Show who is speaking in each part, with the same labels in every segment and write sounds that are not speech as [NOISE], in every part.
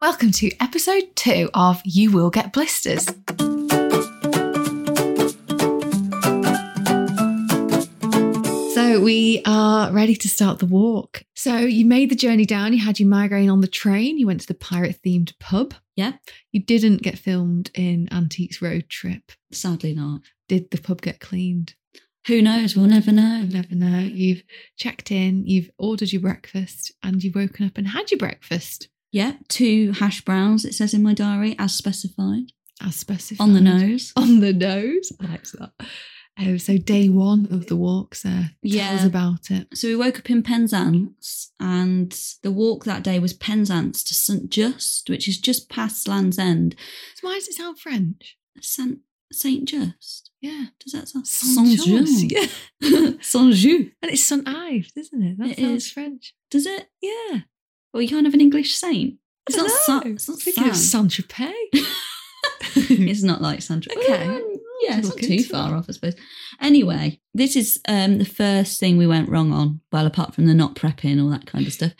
Speaker 1: Welcome to episode two of You Will Get Blisters. So, we are ready to start the walk. So, you made the journey down, you had your migraine on the train, you went to the pirate themed pub.
Speaker 2: Yeah.
Speaker 1: You didn't get filmed in Antiques Road Trip.
Speaker 2: Sadly not.
Speaker 1: Did the pub get cleaned?
Speaker 2: Who knows? We'll never know.
Speaker 1: You never know. You've checked in, you've ordered your breakfast, and you've woken up and had your breakfast
Speaker 2: Yeah, two hash browns, it says in my diary, as specified.
Speaker 1: as specified.
Speaker 2: On the nose.
Speaker 1: [LAUGHS] on the nose. I like that. Um, so day one of the walk, Sarah. Tell us
Speaker 2: Yeah.
Speaker 1: about it.
Speaker 2: So we woke up in Penzance, and the walk that day was Penzance to St Just, which is just past Land's End.
Speaker 1: So why does it sound French?
Speaker 2: Saint Saint Just.
Speaker 1: Yeah.
Speaker 2: Does that sound
Speaker 1: Saint-Just, [LAUGHS]
Speaker 2: Saint [LAUGHS]
Speaker 1: Yeah.
Speaker 2: Just? Saint Just.
Speaker 1: And it's Saint Ives, isn't it? That
Speaker 2: It
Speaker 1: sounds
Speaker 2: is.
Speaker 1: French.
Speaker 2: Does it?
Speaker 1: Yeah.
Speaker 2: Well, you can't have an English saint. It's not,
Speaker 1: Hello.
Speaker 2: Sa- it's not
Speaker 1: Thinking of
Speaker 2: Saint.
Speaker 1: Saint Tropez.
Speaker 2: [LAUGHS] It's not like Sandra.
Speaker 1: Okay.
Speaker 2: Yeah, Oh, it's
Speaker 1: Look
Speaker 2: not too
Speaker 1: into
Speaker 2: far off, I suppose. Anyway, this is um, the first thing we went wrong on. Well, apart from the not prepping, all that kind of stuff.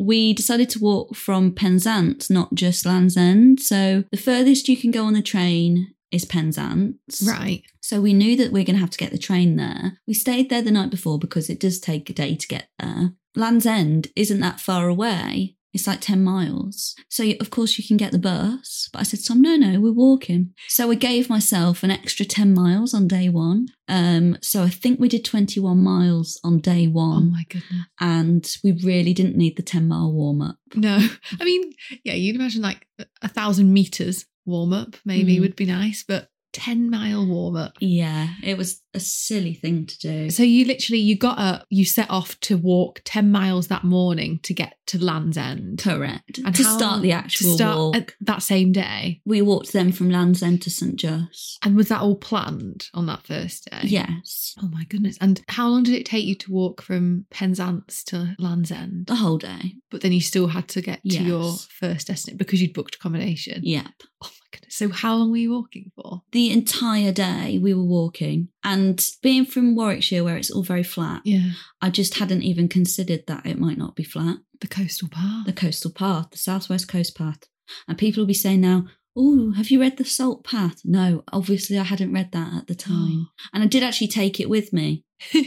Speaker 2: We decided to walk from Penzance, not just Land's End. So the furthest you can go on the train is Penzance.
Speaker 1: right.
Speaker 2: So we knew that we're going to have to get the train there. We stayed there the night before because it does take a day to get there. Land's End isn't that far away. It's like 10 miles. So, of course, you can get the bus. But I said to Tom, no, no, we're walking. So, I gave myself an extra 10 miles on day one. Um, so, I think we did 21 miles on day
Speaker 1: Oh
Speaker 2: one,
Speaker 1: my goodness.
Speaker 2: And we really didn't need the 10 mile warm up.
Speaker 1: No. [LAUGHS] I mean, yeah, you'd imagine like a- a thousand meters warm up maybe
Speaker 2: Mm.
Speaker 1: would be nice, but 10 mile warm up.
Speaker 2: Yeah, it was a silly thing to do.
Speaker 1: So you literally you got up, you set off to walk 10 miles that morning to get to Land's End.
Speaker 2: Correct.
Speaker 1: And
Speaker 2: to
Speaker 1: how-
Speaker 2: start the
Speaker 1: to
Speaker 2: actual
Speaker 1: start
Speaker 2: walk.
Speaker 1: at that same day.
Speaker 2: we walked then from Land's End to St Just.
Speaker 1: And was that all planned on that first day?
Speaker 2: Yes,
Speaker 1: Oh my goodness. And how long did it take you to walk from Penzance to Land's End?
Speaker 2: the whole day.
Speaker 1: But then you still had to get to
Speaker 2: Yes.
Speaker 1: your first destination because you'd booked accommodation.
Speaker 2: Yep.
Speaker 1: Oh my goodness. So how long were you walking for?
Speaker 2: The entire day we were walking, and being from Warwickshire, where it's all very flat,
Speaker 1: Yeah.
Speaker 2: I just hadn't even considered that it might not be flat.
Speaker 1: The coastal path.
Speaker 2: The coastal path, the southwest coast path, and people will be saying now, "Oh, have you read the Salt Path?" No, obviously I hadn't read
Speaker 1: [GASPS]
Speaker 2: that at the time, and I did actually take it with me
Speaker 1: Oh.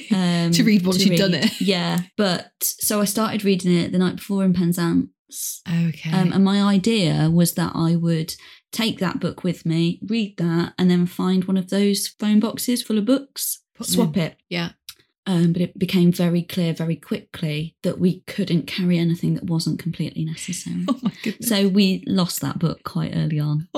Speaker 1: [LAUGHS]
Speaker 2: um,
Speaker 1: To read once
Speaker 2: to
Speaker 1: you'd done it. [LAUGHS]
Speaker 2: Yeah, but so I started reading it the night before in Penzance,
Speaker 1: okay.
Speaker 2: Um, and my idea was that I would take that book with me, read that, and then find one of those phone boxes full of books,
Speaker 1: Put them
Speaker 2: swap it.
Speaker 1: yeah.
Speaker 2: Um, but it became very clear very quickly that we couldn't carry anything that wasn't completely necessary.
Speaker 1: [LAUGHS] [LAUGHS] Oh my goodness.
Speaker 2: so we lost that book quite
Speaker 1: [LAUGHS]
Speaker 2: early on.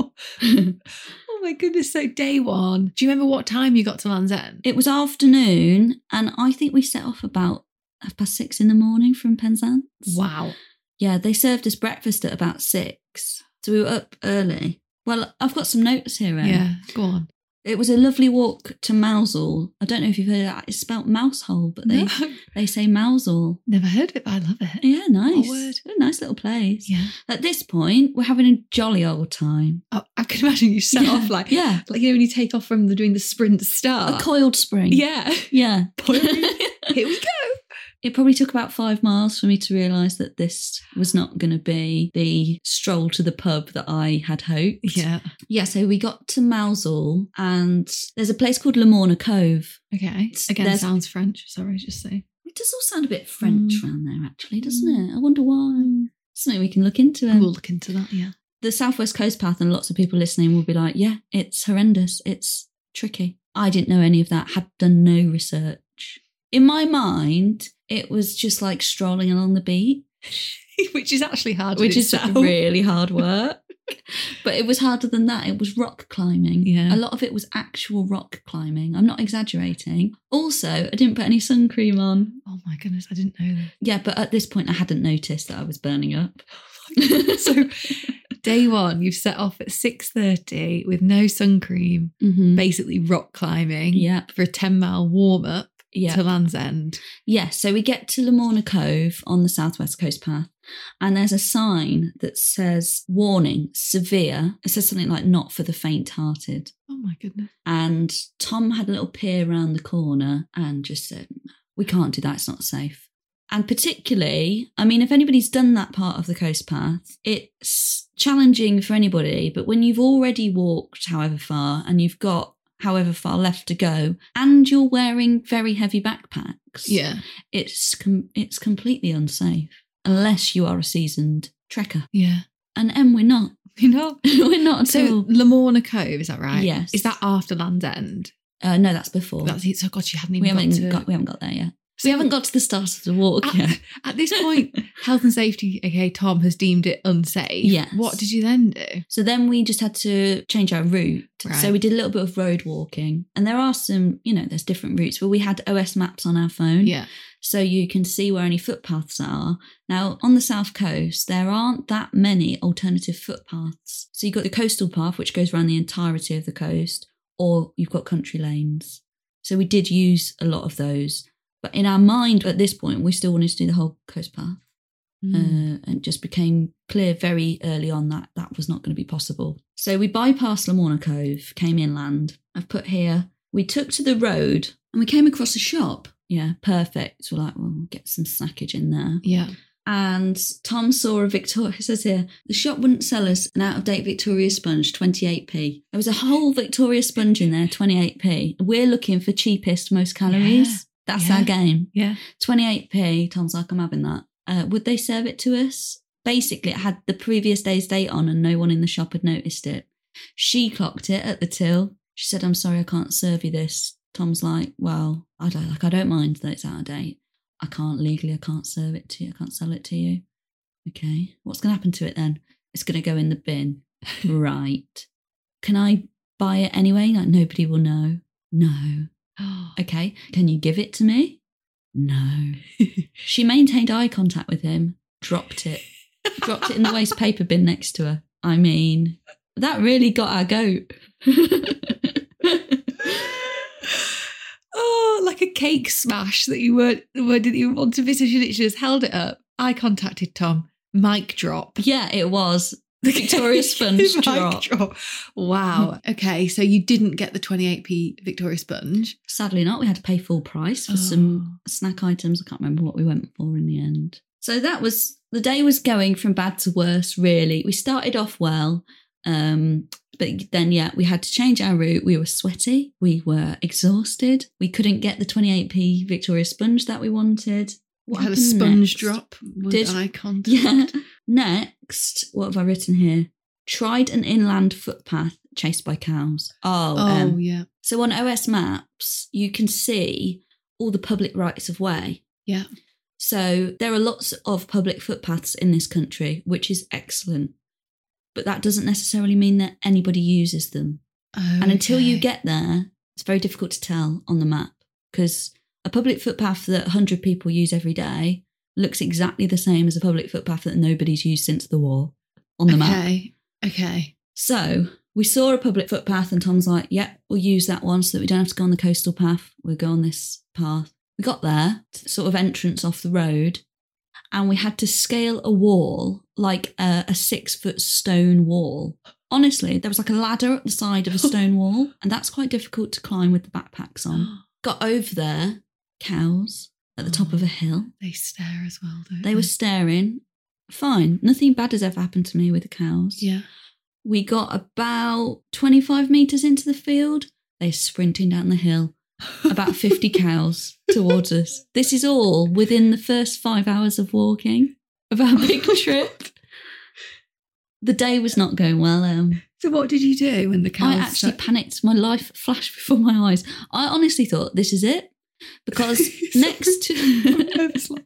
Speaker 1: Oh my goodness. So day one. Do you remember what time you got to Land's End?
Speaker 2: [LAUGHS] it was afternoon, and I think we set off about half past six in the morning from Penzance.
Speaker 1: wow.
Speaker 2: Yeah, they served us breakfast at about six. So we were up early. Well, I've got some notes here. Em.
Speaker 1: Yeah. Go on.
Speaker 2: It was a lovely walk to Mousel. I don't know if you've heard of that. It's spelt mousehole, but they,
Speaker 1: No.
Speaker 2: they say Mousel.
Speaker 1: [LAUGHS] Never heard of it, but I love it.
Speaker 2: Yeah, nice.
Speaker 1: Oh, word.
Speaker 2: A nice little place.
Speaker 1: Yeah.
Speaker 2: At this point, we're having a jolly old time.
Speaker 1: Oh, I can imagine you set
Speaker 2: Yeah,
Speaker 1: off like,
Speaker 2: yeah,
Speaker 1: like you know, when you take off from the doing the sprint
Speaker 2: a
Speaker 1: start.
Speaker 2: coiled spring.
Speaker 1: yeah.
Speaker 2: yeah.
Speaker 1: [LAUGHS] Here we go.
Speaker 2: [LAUGHS] It probably took about five miles for me to realise that this was not going to be the stroll to the pub that I had hoped. Yeah, so we got to Mousel, and there's a place called Lamorna Cove.
Speaker 1: Okay.
Speaker 2: It's-
Speaker 1: Again,
Speaker 2: there's-
Speaker 1: sounds French. Sorry, just say.
Speaker 2: It does all sound a bit French
Speaker 1: Mm.
Speaker 2: round there, actually, doesn't
Speaker 1: Mm.
Speaker 2: it? I wonder why. Something we can look into. um,
Speaker 1: we'll look into that. Yeah. [LAUGHS]
Speaker 2: The Southwest Coast Path, and lots of people listening will be like, yeah, it's horrendous. It's tricky. I didn't know any of that, had done no research. In my mind, it was just like strolling along the beach,
Speaker 1: Which is actually hard.
Speaker 2: which is
Speaker 1: itself.
Speaker 2: [LAUGHS] really hard work. but it was harder than that. It was rock climbing.
Speaker 1: Yeah.
Speaker 2: A lot of it was actual rock climbing. I'm not exaggerating. Also, I didn't put any sun cream on.
Speaker 1: Oh my goodness, I didn't know that.
Speaker 2: Yeah, but at this point, I hadn't noticed that I was burning up. [LAUGHS]
Speaker 1: so day one, you've set off at six thirty with no sun cream,
Speaker 2: Mhm.
Speaker 1: basically rock climbing.
Speaker 2: Yeah,
Speaker 1: For a ten mile warm up
Speaker 2: yeah.
Speaker 1: to Land's End.
Speaker 2: Yeah, so we get to Lamorna Cove on the Southwest Coast Path, and there's a sign that says warning, severe. It says something like not for the faint hearted.
Speaker 1: Oh my goodness.
Speaker 2: And Tom had a little peer around the corner and just said, We can't do that, it's not safe. And particularly, I mean, if anybody's done that part of the coast path, it's challenging for anybody, but when you've already walked however far and you've got however far left to go and you're wearing very heavy backpacks,
Speaker 1: Yeah.
Speaker 2: it's com- it's completely unsafe unless you are a seasoned trekker.
Speaker 1: Yeah.
Speaker 2: And M, we're not. [LAUGHS]
Speaker 1: You know?
Speaker 2: we're not at
Speaker 1: So
Speaker 2: all.
Speaker 1: Lamorna Cove, is that right?
Speaker 2: Yes.
Speaker 1: Is that after Land's End?
Speaker 2: Uh, no, that's before.
Speaker 1: That's it. So God, she hadn't even
Speaker 2: we haven't
Speaker 1: got
Speaker 2: got,
Speaker 1: to
Speaker 2: we haven't got there yet. Ah.
Speaker 1: So
Speaker 2: We [LAUGHS] haven't got to the start of the walk
Speaker 1: at,
Speaker 2: yet.
Speaker 1: [LAUGHS] at this point, health and safety, aka Tom, has deemed it unsafe.
Speaker 2: Yes.
Speaker 1: What did you then do?
Speaker 2: So then we just had to change our route.
Speaker 1: Right.
Speaker 2: So we did a little bit of road walking. And there are some, you know, there's different routes, but we had OS maps on our phone.
Speaker 1: Yeah.
Speaker 2: So you can see where any footpaths are. Now, on the south coast, there aren't that many alternative footpaths. So you've got the coastal path, which goes around the entirety of the coast, or you've got country lanes. So we did use a lot of those. But in our mind at this point, we still wanted to do the whole coast path
Speaker 1: Mm.
Speaker 2: uh, and it just became clear very early on that that was not going to be possible. So we bypassed Lamorna Cove, came inland. I've put here. We took to the road and we came across a shop. Yeah, perfect. So we're like, well, we'll get some snackage in there.
Speaker 1: yeah.
Speaker 2: And Tom saw a Victoria. It says here the shop wouldn't sell us an out of date Victoria sponge, twenty eight p. There was a whole Victoria sponge in there, twenty eight p. We're looking for cheapest, most calories.
Speaker 1: Yeah.
Speaker 2: That's
Speaker 1: Yeah.
Speaker 2: our game.
Speaker 1: Yeah.
Speaker 2: 28p. Tom's like, I'm having that. Uh, would they serve it to us? Basically, it had the previous day's date on and no one in the shop had noticed it. She clocked it at the till. She said, I'm sorry, I can't serve you this. Tom's like, well, I don't, like, I don't mind that it's out of date. I can't legally, I can't serve it to you. I can't sell it to you. Okay. What's going to happen to it then? It's going to go in the bin. [LAUGHS] right. Can I buy it anyway? Like, nobody will know. No. Okay, can you give it to me? No. she maintained eye contact with him, dropped it, dropped it in the waste paper bin next to her. I mean, that really got our goat. [LAUGHS]
Speaker 1: [LAUGHS] oh, like a cake smash that you weren't, weren't didn't even want to visit. You literally just held it up. I contacted Tom. Mic drop.
Speaker 2: yeah, it was. [LAUGHS]
Speaker 1: The [LAUGHS]
Speaker 2: Victoria sponge
Speaker 1: Mic
Speaker 2: drop. Hmm.
Speaker 1: Wow. Okay. So you didn't get the 28p Victoria sponge.
Speaker 2: Sadly, not. We had to pay full price for
Speaker 1: Oh.
Speaker 2: some
Speaker 1: [GASPS]
Speaker 2: snack items. I can't remember what we went for in the end. So that was the day was going from bad to worse. Really, we started off well, um, but then yeah, we had to change our route. We were sweaty, we were exhausted, we couldn't get the twenty eight p Victoria sponge that we wanted.
Speaker 1: What
Speaker 2: What
Speaker 1: had a
Speaker 2: happened
Speaker 1: sponge
Speaker 2: next?
Speaker 1: drop with
Speaker 2: Did-
Speaker 1: eye contact.
Speaker 2: [LAUGHS] Yeah. Next, what have I written here? Tried an inland footpath chased by cows. Oh,
Speaker 1: Oh,
Speaker 2: um,
Speaker 1: yeah.
Speaker 2: so on OS Maps, you can see all the public rights of way.
Speaker 1: Yeah.
Speaker 2: So there are lots of public footpaths in this country, which is excellent. But that doesn't necessarily mean that anybody uses them.
Speaker 1: Oh,
Speaker 2: And until you
Speaker 1: okay.
Speaker 2: get there, it's very difficult to tell on the map because a public footpath that 100 people use every day looks exactly the same as a public footpath that nobody's used since the war on the map.
Speaker 1: Okay. Okay.
Speaker 2: So we saw a public footpath, and Tom's like, yep, we'll use that one so that we don't have to go on the coastal path. We'll go on this path. We got there, to the sort of entrance off the road, and we had to scale a wall, like a, a six foot stone wall. Honestly, there was like a ladder at the side of a stone wall, and that's quite difficult to climb with the backpacks on. Got over there, cows at the top of a hill.
Speaker 1: [GASPS] They stare as well, don't they?
Speaker 2: They were staring. Fine, nothing bad has ever happened to me with the cows.
Speaker 1: Yeah.
Speaker 2: We got about 25 metres into the field. They're sprinting down the hill, [LAUGHS] about [LAUGHS] 50 cows towards us. This is all within the first five hours of walking of our big trip. The day was not going well. Um,
Speaker 1: [LAUGHS] So what did you do when the cows?
Speaker 2: I actually
Speaker 1: [LAUGHS] start-
Speaker 2: panicked. My life flashed before my eyes. I honestly thought this is it
Speaker 1: [LAUGHS]
Speaker 2: [LAUGHS] because next [LAUGHS] to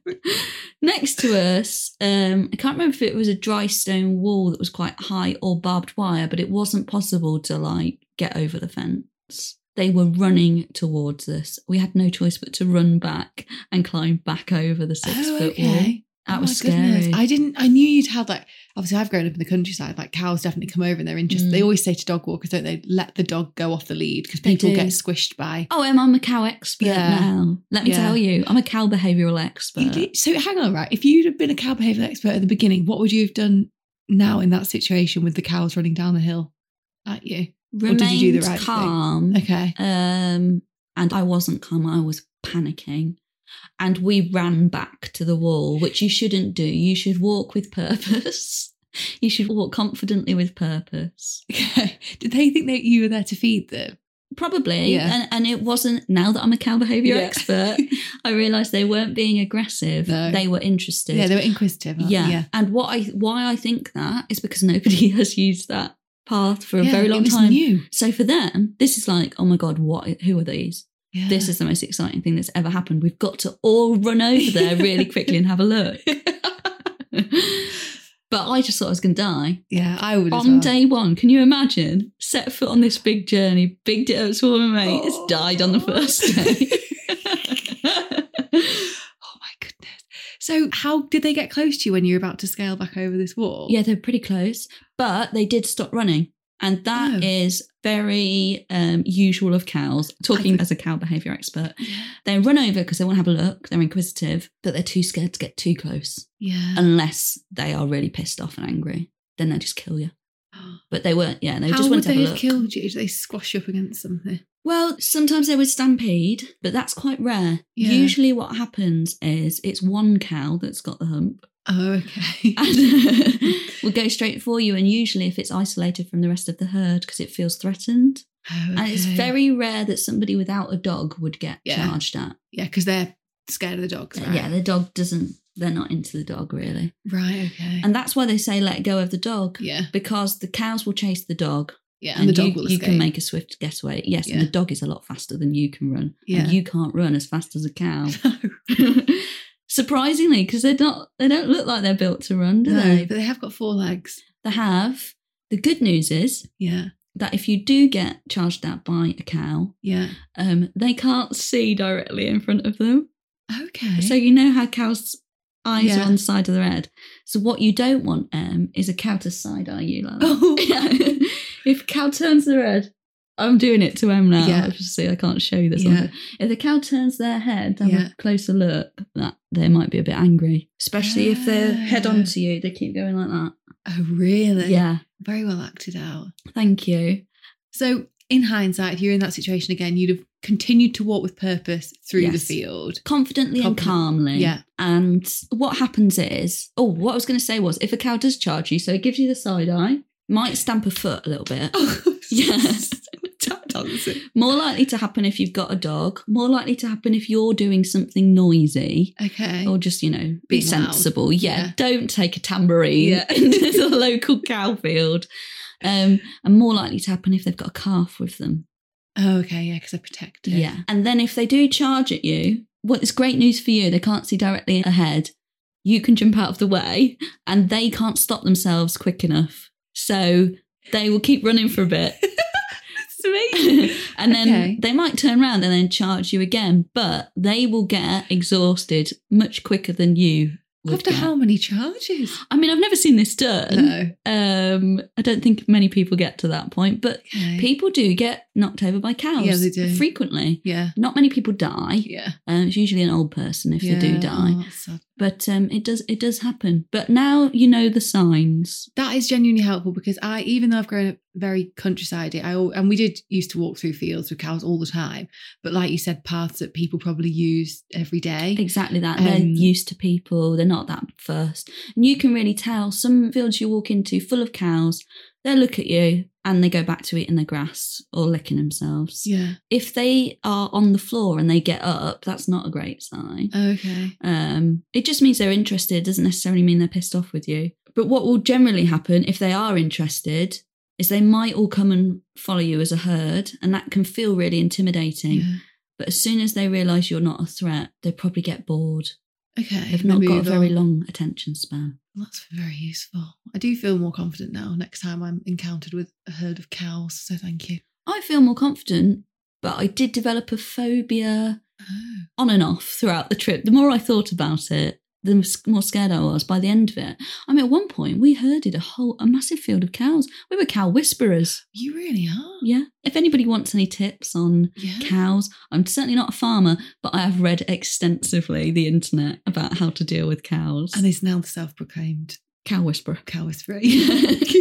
Speaker 2: next to us, um, I can't remember if it was a dry stone wall that was quite high or barbed wire, but it wasn't possible to like get over the fence. They were running towards us. We had no choice but to run back and climb back over the six
Speaker 1: Oh,
Speaker 2: foot wall.
Speaker 1: okay.
Speaker 2: That
Speaker 1: Oh
Speaker 2: was
Speaker 1: my goodness.
Speaker 2: scary.
Speaker 1: I didn't. I knew you'd have like. Obviously, I've grown up in the countryside. Like cows definitely come over and they're interested.
Speaker 2: Mm.
Speaker 1: They always say to dog walkers, don't they? Let the dog go off the lead because
Speaker 2: They
Speaker 1: people
Speaker 2: do.
Speaker 1: get squished by.
Speaker 2: Oh, Em, I'm a cow expert
Speaker 1: Yeah.
Speaker 2: now. Let me
Speaker 1: Yeah.
Speaker 2: tell you, I'm a cow behavioural expert.
Speaker 1: You did- So hang on, right? If you'd have been a cow behavior expert at the beginning, what would you have done now in that situation with the cows running down the hill at you?
Speaker 2: Remained
Speaker 1: did you do the right thing? [LAUGHS]
Speaker 2: calm.
Speaker 1: Okay.
Speaker 2: Um, and I wasn't calm. I was panicking. And we ran back to the wall, which you shouldn't do. You should walk with purpose. [LAUGHS] You should walk confidently with purpose.
Speaker 1: Did they think that you were there to feed them?
Speaker 2: Probably.
Speaker 1: Yeah.
Speaker 2: And, and it wasn't, now that I'm a cow behavior
Speaker 1: Yeah. [LAUGHS]
Speaker 2: expert, I realized they weren't being aggressive.
Speaker 1: No.
Speaker 2: They were interested.
Speaker 1: Yeah, they were inquisitive. aren't they?
Speaker 2: yeah.
Speaker 1: yeah.
Speaker 2: And what I why I think that is because nobody [LAUGHS] has used that path for a
Speaker 1: Yeah,
Speaker 2: very
Speaker 1: it
Speaker 2: long
Speaker 1: was
Speaker 2: time.
Speaker 1: New.
Speaker 2: So for them, this is like, oh my god, what? Who are these?
Speaker 1: Yeah.
Speaker 2: This is the most exciting thing that's ever happened. We've got to all run over
Speaker 1: [LAUGHS]
Speaker 2: there really quickly and have a look. but I just thought I was going to die
Speaker 1: yeah, I would. as
Speaker 2: on
Speaker 1: well.
Speaker 2: day one. Can you imagine? Set foot on this big journey, bigged it up to all my mates,
Speaker 1: Oh.
Speaker 2: died on
Speaker 1: [LAUGHS]
Speaker 2: the first day.
Speaker 1: Oh my goodness. So, how did they get close to you when you were about to scale back over this wall?
Speaker 2: yeah, they're pretty close, but they did stop running. And
Speaker 1: Oh.
Speaker 2: that is very um, usual of cows, talking
Speaker 1: think-
Speaker 2: as a cow behavior expert. They run over because they want to have a look, they're inquisitive, but they're too scared to get too close
Speaker 1: Yeah.
Speaker 2: unless they are really pissed off and angry. Then they'll just kill you.
Speaker 1: [GASPS]
Speaker 2: But they weren't, yeah, they
Speaker 1: how
Speaker 2: just
Speaker 1: would
Speaker 2: wanted to
Speaker 1: they
Speaker 2: have
Speaker 1: have
Speaker 2: a look.
Speaker 1: killed you? Did they squash you up against something?
Speaker 2: Well, sometimes they would stampede, but that's quite rare.
Speaker 1: Yeah.
Speaker 2: Usually, what happens is it's one cow that's got the hump
Speaker 1: Oh, [LAUGHS]
Speaker 2: [LAUGHS]
Speaker 1: okay.
Speaker 2: and will go straight for you. And usually, if it's isolated from the rest of the herd because it feels threatened, and it's
Speaker 1: Okay.
Speaker 2: very rare that somebody without a dog would get
Speaker 1: Yeah.
Speaker 2: charged at.
Speaker 1: yeah, because they're scared of the dogs, right?
Speaker 2: Uh, Yeah, the dog doesn't. They're not into the dog really,
Speaker 1: Right. Okay.
Speaker 2: and that's why they say let go of the dog
Speaker 1: yeah.
Speaker 2: because the cows will chase the dog
Speaker 1: Yeah.
Speaker 2: and,
Speaker 1: And, the dog
Speaker 2: you,
Speaker 1: will
Speaker 2: you
Speaker 1: escape. [LAUGHS]
Speaker 2: can make a swift getaway. Yes,
Speaker 1: Yeah.
Speaker 2: and the dog is a lot faster than you can run.
Speaker 1: Yeah.
Speaker 2: And you can't run as fast as a cow. [LAUGHS]
Speaker 1: no,
Speaker 2: Surprisingly, because they're not they don't look like they're built to run, do
Speaker 1: no,
Speaker 2: they?
Speaker 1: but they have got four legs.
Speaker 2: They have. The good news is
Speaker 1: Yeah.
Speaker 2: that if you do get charged at by a cow,
Speaker 1: Yeah.
Speaker 2: um, they can't see directly in front of them.
Speaker 1: Okay. [LAUGHS]
Speaker 2: So [LAUGHS] you know how cows' eyes
Speaker 1: Yeah.
Speaker 2: are on the side of their head. So what you don't want um, is a cow to side eye you like that.
Speaker 1: [LAUGHS] Oh.
Speaker 2: Yeah. [LAUGHS] if a cow turns their head, I'm doing it to Em now.
Speaker 1: Yeah.
Speaker 2: Obviously, I can't show you this.
Speaker 1: Yeah.
Speaker 2: on- If the cow turns their head, to have
Speaker 1: Yeah.
Speaker 2: a closer look. That they might be a bit angry, especially if they're head
Speaker 1: Ah.
Speaker 2: on to you. They keep going like that.
Speaker 1: oh, really?
Speaker 2: Yeah.
Speaker 1: Very well acted out.
Speaker 2: Thank you.
Speaker 1: So, in hindsight, if you're in that situation again, you'd have continued to walk with purpose through the
Speaker 2: Yes.
Speaker 1: field.
Speaker 2: Confidently and
Speaker 1: Confident-
Speaker 2: calmly. [LAUGHS]
Speaker 1: Yeah.
Speaker 2: And what happens is, oh, what I was going to say was, if a cow does charge you, so it gives you the side eye, might stamp a foot a little
Speaker 1: [LAUGHS]
Speaker 2: bit.
Speaker 1: Oh,
Speaker 2: Yes. [LAUGHS] More likely to happen if you've got a dog. More likely to happen if you're doing something noisy.
Speaker 1: Okay.
Speaker 2: Or just, you know, be
Speaker 1: Being loud.
Speaker 2: sensible. Yeah,
Speaker 1: Yeah.
Speaker 2: Don't take a tambourine
Speaker 1: Yeah.
Speaker 2: [LAUGHS] into the local cow field. Um, and more likely to happen if they've got a calf with them.
Speaker 1: Oh, okay. Yeah, because they're protected.
Speaker 2: Yeah. And then if they do charge at you, what is great news for you, they can't see directly ahead. You can jump out of the way and they can't stop themselves quick enough. So they will keep running for a bit.
Speaker 1: [LAUGHS] Sweet.
Speaker 2: [LAUGHS] and then
Speaker 1: Okay.
Speaker 2: they might turn around and then charge you again, but they will get exhausted much quicker than you would
Speaker 1: After
Speaker 2: get.
Speaker 1: how many charges?
Speaker 2: I mean, I've never seen this done.
Speaker 1: No.
Speaker 2: Um, I don't think many people get to that point, but
Speaker 1: Okay.
Speaker 2: people do get knocked over by cows
Speaker 1: Yeah, they do.
Speaker 2: frequently.
Speaker 1: yeah.
Speaker 2: Not many people die.
Speaker 1: Yeah.
Speaker 2: Um, it's usually an old person if
Speaker 1: yeah.
Speaker 2: they do die,
Speaker 1: Oh, that's sad.
Speaker 2: but um, it does it does happen. But now you know the signs.
Speaker 1: That is genuinely helpful because I, even though I've grown up very countryside, I al- and we did used to walk through fields with cows all the time. But like you said, paths that people probably use every day.
Speaker 2: Exactly that. they're
Speaker 1: Um,
Speaker 2: used to people. They're not that first, and you can really tell. Some fields you walk into full of cows. They look at you and they go back to eating the grass or licking themselves.
Speaker 1: Yeah.
Speaker 2: If they are on the floor and they get up, that's not a great sign.
Speaker 1: Okay.
Speaker 2: Um, it just means they're interested. It doesn't necessarily mean they're pissed off with you. But what will generally happen if they are interested is they might all come and follow you as a herd, and that can feel really intimidating.
Speaker 1: Yeah.
Speaker 2: But as soon as they realise you're not a threat, they probably get bored.
Speaker 1: Okay.
Speaker 2: They've not
Speaker 1: Maybe
Speaker 2: got a very
Speaker 1: they'll-
Speaker 2: long attention span.
Speaker 1: Well, That's very useful. I do feel more confident now next time I'm encountered with a herd of cows. So thank you.
Speaker 2: I feel more confident, but I did develop a phobia
Speaker 1: Oh,
Speaker 2: on and off throughout the trip. The more I thought about it, the s- more scared I was by the end of it. I mean, at one point, we herded a whole, a massive field of cows. We were cow whisperers.
Speaker 1: you really are.
Speaker 2: Yeah. If anybody wants any tips on
Speaker 1: Yeah.
Speaker 2: cows, I'm certainly not a farmer, but I have read extensively the internet about how to deal with cows.
Speaker 1: And he's now the self-proclaimed
Speaker 2: cow whisperer.
Speaker 1: cow is free. [LAUGHS]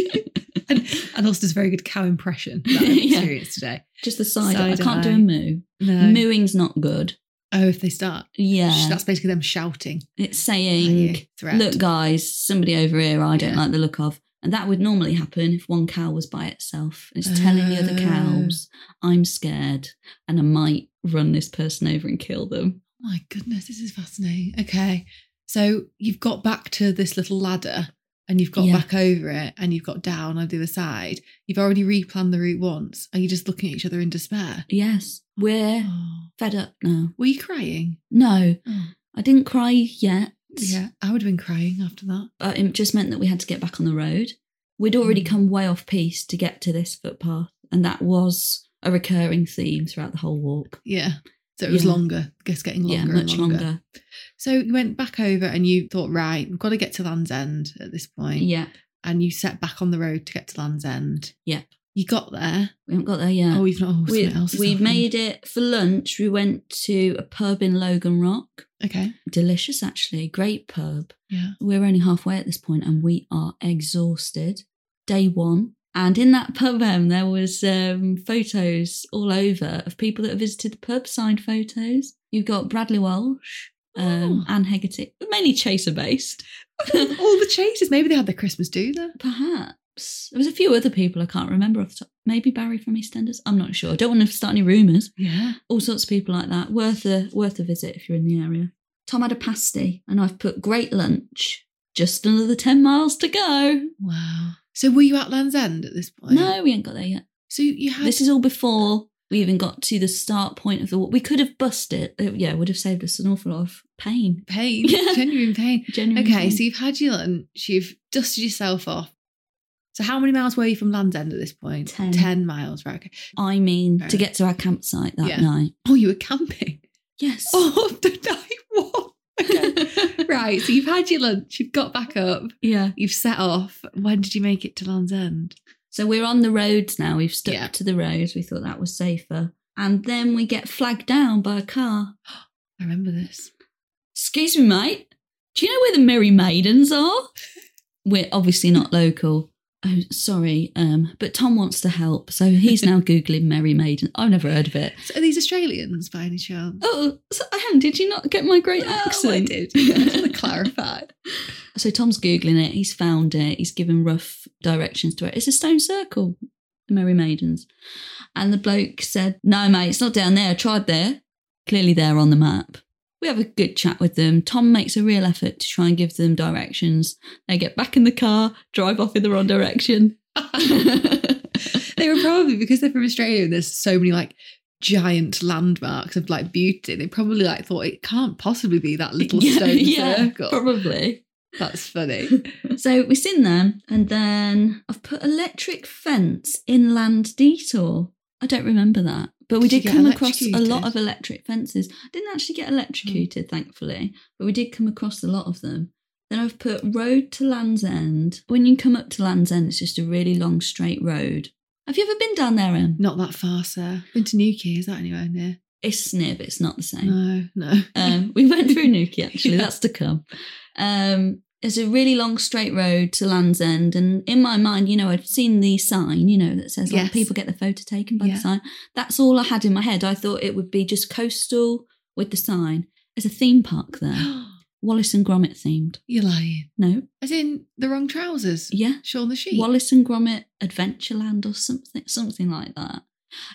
Speaker 1: and, and also does a very good cow impression that I've
Speaker 2: [LAUGHS] Yeah.
Speaker 1: experienced today.
Speaker 2: Just the side. I
Speaker 1: Side
Speaker 2: can't do
Speaker 1: eye.
Speaker 2: a moo.
Speaker 1: No.
Speaker 2: Mooing's not good.
Speaker 1: Oh, if they start. Sh-
Speaker 2: Yeah.
Speaker 1: That's basically them shouting.
Speaker 2: It's
Speaker 1: at
Speaker 2: saying,
Speaker 1: you, Threat.
Speaker 2: Look, guys, somebody over here I don't
Speaker 1: Yeah.
Speaker 2: like the look of. And that would normally happen if one cow was by itself. And it's telling the other
Speaker 1: Oh.
Speaker 2: cows, I'm scared and I might run this person over and kill them.
Speaker 1: My goodness, this is fascinating. Okay. So you've got back to this little ladder and you've got
Speaker 2: Yeah.
Speaker 1: back over it and you've got down on the other side. You've already replanned the route once. Are you just looking at each other in despair?
Speaker 2: Yes, we're
Speaker 1: Oh.
Speaker 2: fed up now.
Speaker 1: Were you crying?
Speaker 2: No,
Speaker 1: Oh.
Speaker 2: I didn't cry yet.
Speaker 1: Yeah, I would have been crying after that.
Speaker 2: But it just meant that we had to get back on the road. We'd already
Speaker 1: Mm.
Speaker 2: come way off piece to get to this footpath. And that was a recurring theme throughout the whole walk.
Speaker 1: Yeah. So it was
Speaker 2: Yeah.
Speaker 1: longer, guess getting
Speaker 2: yeah,
Speaker 1: longer.
Speaker 2: much
Speaker 1: and longer.
Speaker 2: longer.
Speaker 1: So you went back over and you thought, right, we've got to get to Land's End at this point.
Speaker 2: Yeah,
Speaker 1: And you set back on the road to get to Land's End.
Speaker 2: Yeah.
Speaker 1: You got there.
Speaker 2: we haven't got there yet.
Speaker 1: Oh, you've not. Oh,
Speaker 2: we,
Speaker 1: something else. has
Speaker 2: we
Speaker 1: happened.
Speaker 2: made it for lunch. We went to a pub in Logan Rock.
Speaker 1: Okay.
Speaker 2: Delicious, actually. Great pub.
Speaker 1: Yeah.
Speaker 2: We're only halfway at this point and we are exhausted. Day one. And in that [LAUGHS] pub, um, there was um, photos all over of people that have visited the pub, signed photos. You've got Bradley Walsh, um,
Speaker 1: Oh.
Speaker 2: Anne Hegarty, mainly Chaser based.
Speaker 1: [LAUGHS] All the chases. Maybe they had their Christmas do there.
Speaker 2: Perhaps. There was a few other people I can't remember off the top. Maybe Barry from EastEnders. I'm not sure. I don't want to start any rumours.
Speaker 1: Yeah.
Speaker 2: all sorts of people like that. Worth a worth a visit if you're in the area. Tom had a pasty, and I've put great lunch. Just another ten miles to go.
Speaker 1: Wow. So were you at Land's End at this point?
Speaker 2: No, we ain't got there yet.
Speaker 1: So you had.
Speaker 2: This is all before we even got to the start point of the walk. We could have busted. It, yeah, it would have saved us an awful lot of pain.
Speaker 1: pain.
Speaker 2: [LAUGHS] Yeah. Mm-hmm.
Speaker 1: Genuine pain.
Speaker 2: Genuine
Speaker 1: Okay.
Speaker 2: pain.
Speaker 1: So you've had your lunch. You've dusted yourself off. So how many miles were you from Land's End at this point?
Speaker 2: Ten.
Speaker 1: Ten miles. Right. Okay.
Speaker 2: I mean,
Speaker 1: Fair
Speaker 2: to
Speaker 1: enough.
Speaker 2: get to our campsite that
Speaker 1: Yeah.
Speaker 2: night.
Speaker 1: Oh, you were
Speaker 2: [LAUGHS]
Speaker 1: camping. [LAUGHS]
Speaker 2: Yes.
Speaker 1: Oh, the night [LAUGHS] one. Okay. right. So you've had your lunch. You've got back up.
Speaker 2: yeah.
Speaker 1: You've set off. When did you make it to Land's End?
Speaker 2: So we're on the roads now. We've stuck
Speaker 1: Yeah.
Speaker 2: to the roads. We thought that was safer. And then we get flagged down by a car.
Speaker 1: I remember this.
Speaker 2: Excuse me, mate. Do you know where the Merry Maidens are? We're obviously not local. Oh, sorry. Um, but Tom wants to help, so he's
Speaker 1: [LAUGHS]
Speaker 2: now googling Merry Maidens. I've never heard of it.
Speaker 1: So are these Australians by any chance?
Speaker 2: Oh, so, Anne, did you not get my great accent?
Speaker 1: Oh, I did. [LAUGHS] I just want to clarify.
Speaker 2: So Tom's googling it. He's found it. He's given rough directions to it. It's a stone circle, the Merry Maidens. And the bloke said, "No, mate, it's not down there. I tried there. Clearly, they're on the map." We have a good chat with them. Tom makes a real effort to try and give them directions. They get back in the car, drive off in the wrong direction.
Speaker 1: they were probably because they're from Australia and there's so many like giant landmarks of like beauty. They probably like thought it can't possibly be that little
Speaker 2: [LAUGHS]
Speaker 1: stone circle.
Speaker 2: probably.
Speaker 1: [LAUGHS] That's funny.
Speaker 2: So we're in there, and then I've put electric fence inland detour. I don't remember that, but we
Speaker 1: Did
Speaker 2: did,
Speaker 1: you get
Speaker 2: come across a
Speaker 1: electrocuted? Hmm.
Speaker 2: lot of electric fences. I didn't actually get electrocuted, thankfully, but we did come across a lot of them. Then I've put road to Land's End. When you come up to Land's End, it's just a really long straight road. Have you ever been down there, Em?
Speaker 1: Not that far, sir. Been to Newquay, is that anywhere near?
Speaker 2: It's Snib. It's not the same.
Speaker 1: No, no.
Speaker 2: Um, [LAUGHS] we went through Nuki actually.
Speaker 1: Yeah.
Speaker 2: That's to come. Um, it's a really long straight road to Land's End, and in my mind, you know, I've seen the sign, you know, that says like
Speaker 1: Yes.
Speaker 2: people get the photo taken by
Speaker 1: Yeah.
Speaker 2: the sign. That's all I had in my head. I thought it would be just coastal with the sign. There's a theme park
Speaker 1: [GASPS]
Speaker 2: there, Wallace and Gromit themed.
Speaker 1: You're lying.
Speaker 2: No,
Speaker 1: As in the wrong trousers.
Speaker 2: yeah,
Speaker 1: Shaun the Sheep.
Speaker 2: Wallace and Gromit Adventureland or something, something like that.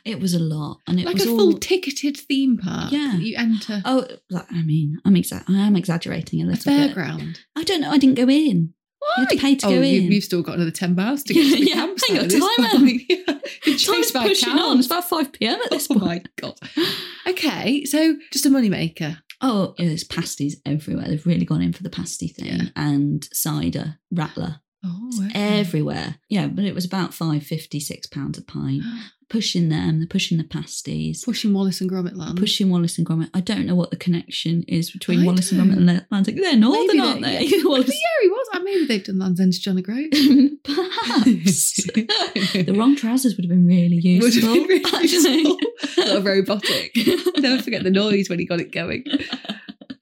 Speaker 2: It was a lot, and it
Speaker 1: like
Speaker 2: was
Speaker 1: a
Speaker 2: all
Speaker 1: full ticketed theme park.
Speaker 2: Yeah.
Speaker 1: that You enter
Speaker 2: oh, like, I mean, I'm exa- I am exaggerating
Speaker 1: a
Speaker 2: a little bit.
Speaker 1: fairground.
Speaker 2: I don't know. I didn't go in. You had to
Speaker 1: Why?
Speaker 2: pay to
Speaker 1: oh,
Speaker 2: go
Speaker 1: you,
Speaker 2: in.
Speaker 1: You've still got another 10 miles to get to the
Speaker 2: [LAUGHS] Yeah, hang
Speaker 1: campsite
Speaker 2: on,
Speaker 1: at this
Speaker 2: time out.
Speaker 1: point. [LAUGHS] Yeah. You're
Speaker 2: Time's
Speaker 1: chased by
Speaker 2: pushing
Speaker 1: cows.
Speaker 2: on. It's about 5 p.m. at this
Speaker 1: Oh
Speaker 2: point.
Speaker 1: my God. Okay, so just a moneymaker.
Speaker 2: [LAUGHS] Oh, yeah, there's pasties everywhere. They've really gone in for the pasty thing
Speaker 1: Yeah.
Speaker 2: and cider, rattler,
Speaker 1: Oh,
Speaker 2: It's everywhere. Yeah, but it was about five fifty six pounds a pint. Pushing them, they're pushing the pasties,
Speaker 1: Pushing Wallace and Gromit land.
Speaker 2: pushing Wallace and Gromit. I don't know what the connection is between
Speaker 1: I
Speaker 2: Wallace and Gromit
Speaker 1: don't.
Speaker 2: and Atlantic. They're northern,
Speaker 1: Maybe
Speaker 2: aren't
Speaker 1: they're-
Speaker 2: they?
Speaker 1: But
Speaker 2: [LAUGHS]
Speaker 1: yeah,
Speaker 2: Wallace-
Speaker 1: he was. I maybe they've done Land's End to John [LAUGHS]
Speaker 2: [LAUGHS]
Speaker 1: O'Groat.
Speaker 2: Perhaps the wrong trousers would have been really
Speaker 1: Would have
Speaker 2: useful.
Speaker 1: been
Speaker 2: [LAUGHS]
Speaker 1: really
Speaker 2: actually.
Speaker 1: useful. Sort of robotic. [LAUGHS]
Speaker 2: [LAUGHS]
Speaker 1: Never forget the noise when he got it going.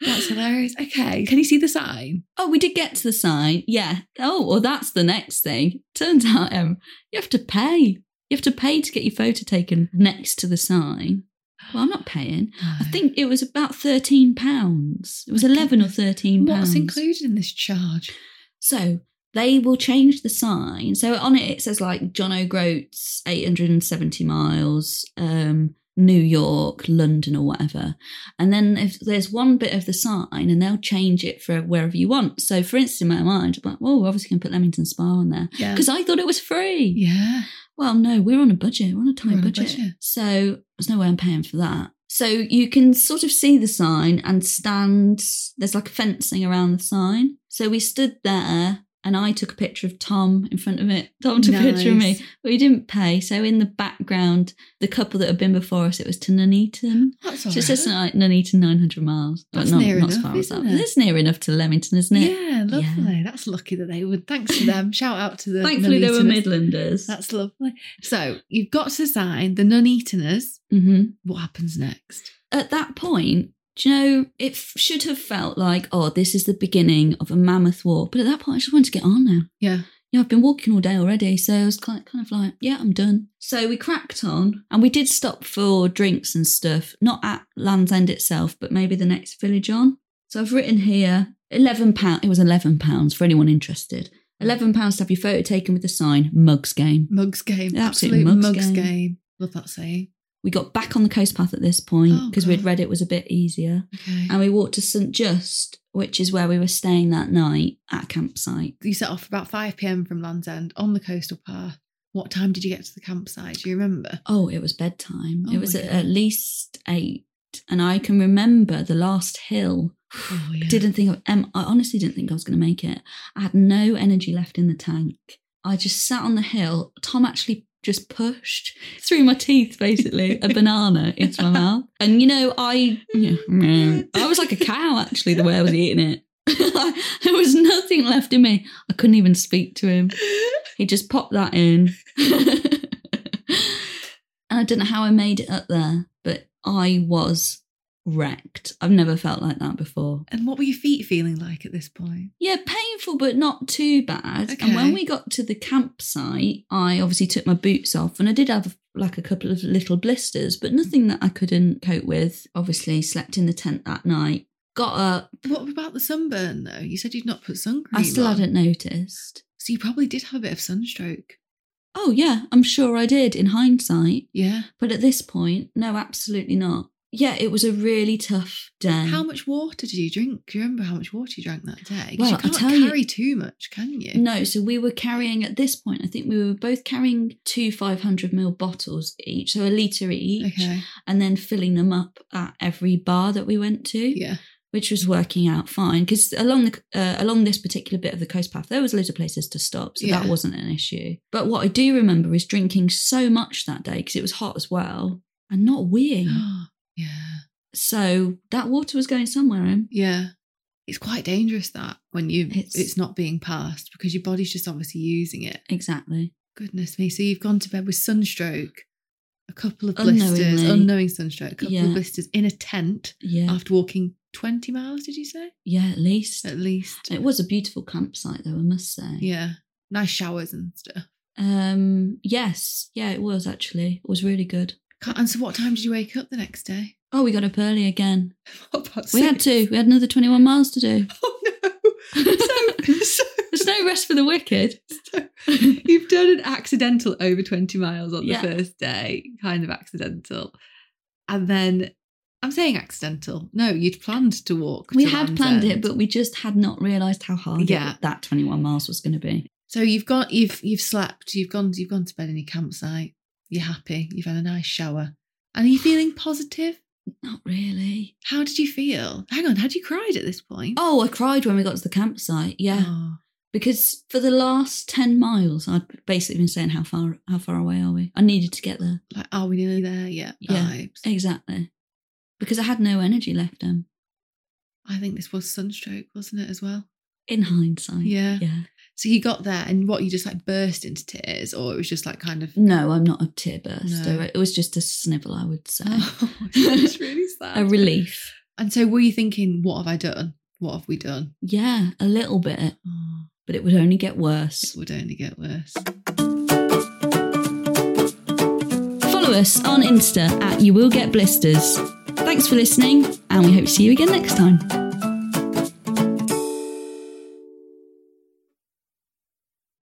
Speaker 1: That's hilarious. Okay, can you see the sign?
Speaker 2: Oh, we did get to the sign. Yeah. Oh, well, that's the next thing. Turns out, um, you have to pay. You have to pay to get your photo taken next to the sign. Well, I'm not paying. I
Speaker 1: No.
Speaker 2: think it was about thirteen pounds. It was
Speaker 1: My
Speaker 2: eleven or thirteen pounds.
Speaker 1: What's included in this
Speaker 2: [LAUGHS]
Speaker 1: charge?
Speaker 2: So they will change the sign. So on it, it says like John O'Groats, 870 miles, um, New York, London, or whatever. And then if there's one bit of the sign, and they'll change it for wherever you want. So for instance, in my mind, I'm like, oh, we're obviously going to put Leamington Spa on there
Speaker 1: Yeah.
Speaker 2: because I thought it was free.
Speaker 1: Yeah.
Speaker 2: Well, no, we're on a budget. We're on a tight
Speaker 1: We're on a
Speaker 2: budget.
Speaker 1: budget.
Speaker 2: So there's no way I'm paying for that. So you can sort of see the sign and stand. There's like fencing around the sign. So we stood there and I took a picture of Tom in front of it. Tom took a picture of me.
Speaker 1: Nice.
Speaker 2: But he didn't pay. So in the background, the couple that had been before us, it was to Nuneaton.
Speaker 1: That's all
Speaker 2: So it says
Speaker 1: right.
Speaker 2: like Nuneaton 900 miles.
Speaker 1: That's
Speaker 2: but not,
Speaker 1: near
Speaker 2: not as
Speaker 1: enough,
Speaker 2: far as that.
Speaker 1: isn't it?
Speaker 2: It's near enough to Leamington, isn't it?
Speaker 1: Yeah, lovely. That's lucky that they would. Thanks to them. Shout out to the.
Speaker 2: Thankfully, they were
Speaker 1: Nuneatoners.
Speaker 2: Midlanders.
Speaker 1: That's lovely. So you've got to sign the non-eateners.
Speaker 2: hmm
Speaker 1: What happens next?
Speaker 2: at that point, do you know, it f- should have felt like, oh, this is the beginning of a mammoth walk. But at that point, I just wanted to get on now.
Speaker 1: Yeah.
Speaker 2: You know, I've been walking all day already. So I was kind of, kind of like, yeah, I'm done. So we cracked on and we did stop for drinks and stuff, not at Land's End itself, but maybe the next village on. So I've written here £11. It was £11 for anyone interested. £11 to have your photo taken with the sign, mugs game.
Speaker 1: Mugs game.
Speaker 2: Absolute
Speaker 1: Absolute,
Speaker 2: mugs
Speaker 1: mugs,
Speaker 2: game.
Speaker 1: game. Love that saying.
Speaker 2: We got back on the coast path at this point
Speaker 1: Oh,
Speaker 2: because we'd
Speaker 1: God.
Speaker 2: read it was a bit easier.
Speaker 1: Okay.
Speaker 2: and we walked to St Just, which is where we were staying that night at a campsite.
Speaker 1: you set off about 5 p.m. from Land's End on the coastal path. What time did you get to the campsite? Do you remember?
Speaker 2: Oh, it was bedtime.
Speaker 1: Oh
Speaker 2: it
Speaker 1: my
Speaker 2: was at,
Speaker 1: God.
Speaker 2: at least eight, and I can remember the last hill. [LAUGHS]
Speaker 1: Oh, yeah.
Speaker 2: Didn't think of, um, I honestly didn't think I was going to make it. I had no energy left in the tank. I just sat on the hill. Tom actually just pushed through my teeth, basically, a banana into my mouth. And you know, I, yeah, I was like a cow actually the way I was eating it. [LAUGHS] there was nothing left in me. I couldn't even speak to him. He just popped that in. [LAUGHS] and I don't know how I made it up there, but I was wrecked. I've never felt like that before.
Speaker 1: [LAUGHS] And what were your feet feeling like at this point?
Speaker 2: Yeah, painful, but not too bad. And
Speaker 1: Okay.
Speaker 2: when we got to the campsite, I obviously took my boots off and I did have like a couple of little blisters, but nothing that I couldn't cope with. Obviously, slept in the tent that night, got up.
Speaker 1: What about the sunburn though? You said you'd not put sun cream.
Speaker 2: I still
Speaker 1: on.
Speaker 2: hadn't noticed.
Speaker 1: So you probably did have a bit of sunstroke.
Speaker 2: Oh, yeah, I'm sure I did in hindsight.
Speaker 1: Yeah.
Speaker 2: But at this point, no, absolutely not. Yeah, it was a really tough day.
Speaker 1: How much water did you drink? Do you remember how much water you drank that day? 'Cause
Speaker 2: Well, I
Speaker 1: you can't
Speaker 2: tell you-
Speaker 1: carry too much, can you?
Speaker 2: No, so we were carrying at this point, I think we were both carrying two 500ml bottles each, so a litre each,
Speaker 1: Okay.
Speaker 2: and then filling them up at every bar that we went to,
Speaker 1: [GASPS] Yeah.
Speaker 2: which was working out fine. Because along, the uh, along this particular bit of the coast path, there was loads of places to stop, so that
Speaker 1: Yeah.
Speaker 2: wasn't an issue. But what I do remember is drinking so much that day, because it was hot as well, and not weeing.
Speaker 1: [GASPS] yeah.
Speaker 2: so that water was going somewhere eh? in.
Speaker 1: Yeah. It's quite dangerous that when you
Speaker 2: It's-
Speaker 1: it's, not being passed because your body's just obviously using it.
Speaker 2: Exactly.
Speaker 1: Goodness me. So you've gone to bed with sunstroke, a couple of blisters,
Speaker 2: Unknowingly.
Speaker 1: unknowing sunstroke, a couple
Speaker 2: Yeah.
Speaker 1: of blisters in a tent
Speaker 2: Yeah.
Speaker 1: after walking 20 miles, did you say?
Speaker 2: yeah, at least.
Speaker 1: At least.
Speaker 2: It was a beautiful campsite though, I must say.
Speaker 1: uh, Yeah. Nice showers and stuff.
Speaker 2: Um yes, yeah, it was actually. It was really good.
Speaker 1: Can't, and so what time did you wake up the next day? [LAUGHS]
Speaker 2: Oh, we got up early again.
Speaker 1: What about
Speaker 2: We had
Speaker 1: six?
Speaker 2: to. We had another 21 miles to do.
Speaker 1: [LAUGHS] Oh no. [LAUGHS] So, so,
Speaker 2: There's no rest for the wicked.
Speaker 1: so you've done an accidental over 20 miles on
Speaker 2: Yeah.
Speaker 1: the first day, kind of accidental. And then I'm saying accidental. No, you'd planned to walk.
Speaker 2: [LAUGHS] We
Speaker 1: to
Speaker 2: had
Speaker 1: Land's
Speaker 2: planned it,
Speaker 1: End.
Speaker 2: but we just had not realised how hard it-
Speaker 1: Yeah.
Speaker 2: that 21 miles was going to be.
Speaker 1: So you've got you've you've slept, you've gone you've gone to bed in your campsite, you're happy, you've had a nice shower. And are you feeling [SIGHS] positive?
Speaker 2: Not really.
Speaker 1: How did you feel? Hang on, had you cried at this point?
Speaker 2: Oh, I cried when we got to the campsite. Yeah.
Speaker 1: Oh,
Speaker 2: Because for the last 10 miles, I'd basically been saying, How far how far away are we? I needed to get there.
Speaker 1: like are we nearly there? Yeah.
Speaker 2: Yeah.
Speaker 1: Vibes.
Speaker 2: Exactly. Because I had no energy left um,
Speaker 1: I think this was sunstroke, wasn't it, as well?
Speaker 2: in hindsight.
Speaker 1: Yeah.
Speaker 2: Yeah.
Speaker 1: So you got there and what you just like burst into tears, or it was just like kind of
Speaker 2: No, I'm not a tear burster.
Speaker 1: No.
Speaker 2: It was just a snivel, I would say.
Speaker 1: Oh, [LAUGHS] it's really sad.
Speaker 2: A relief.
Speaker 1: And so were you thinking, what have I done? What have we done?
Speaker 2: Yeah, a little bit,
Speaker 1: Oh.
Speaker 2: but it would only get worse.
Speaker 1: would only get worse.
Speaker 2: Follow Follow us on Insta at You Will Get Blisters. Thanks for listening, and we hope to see you again next time.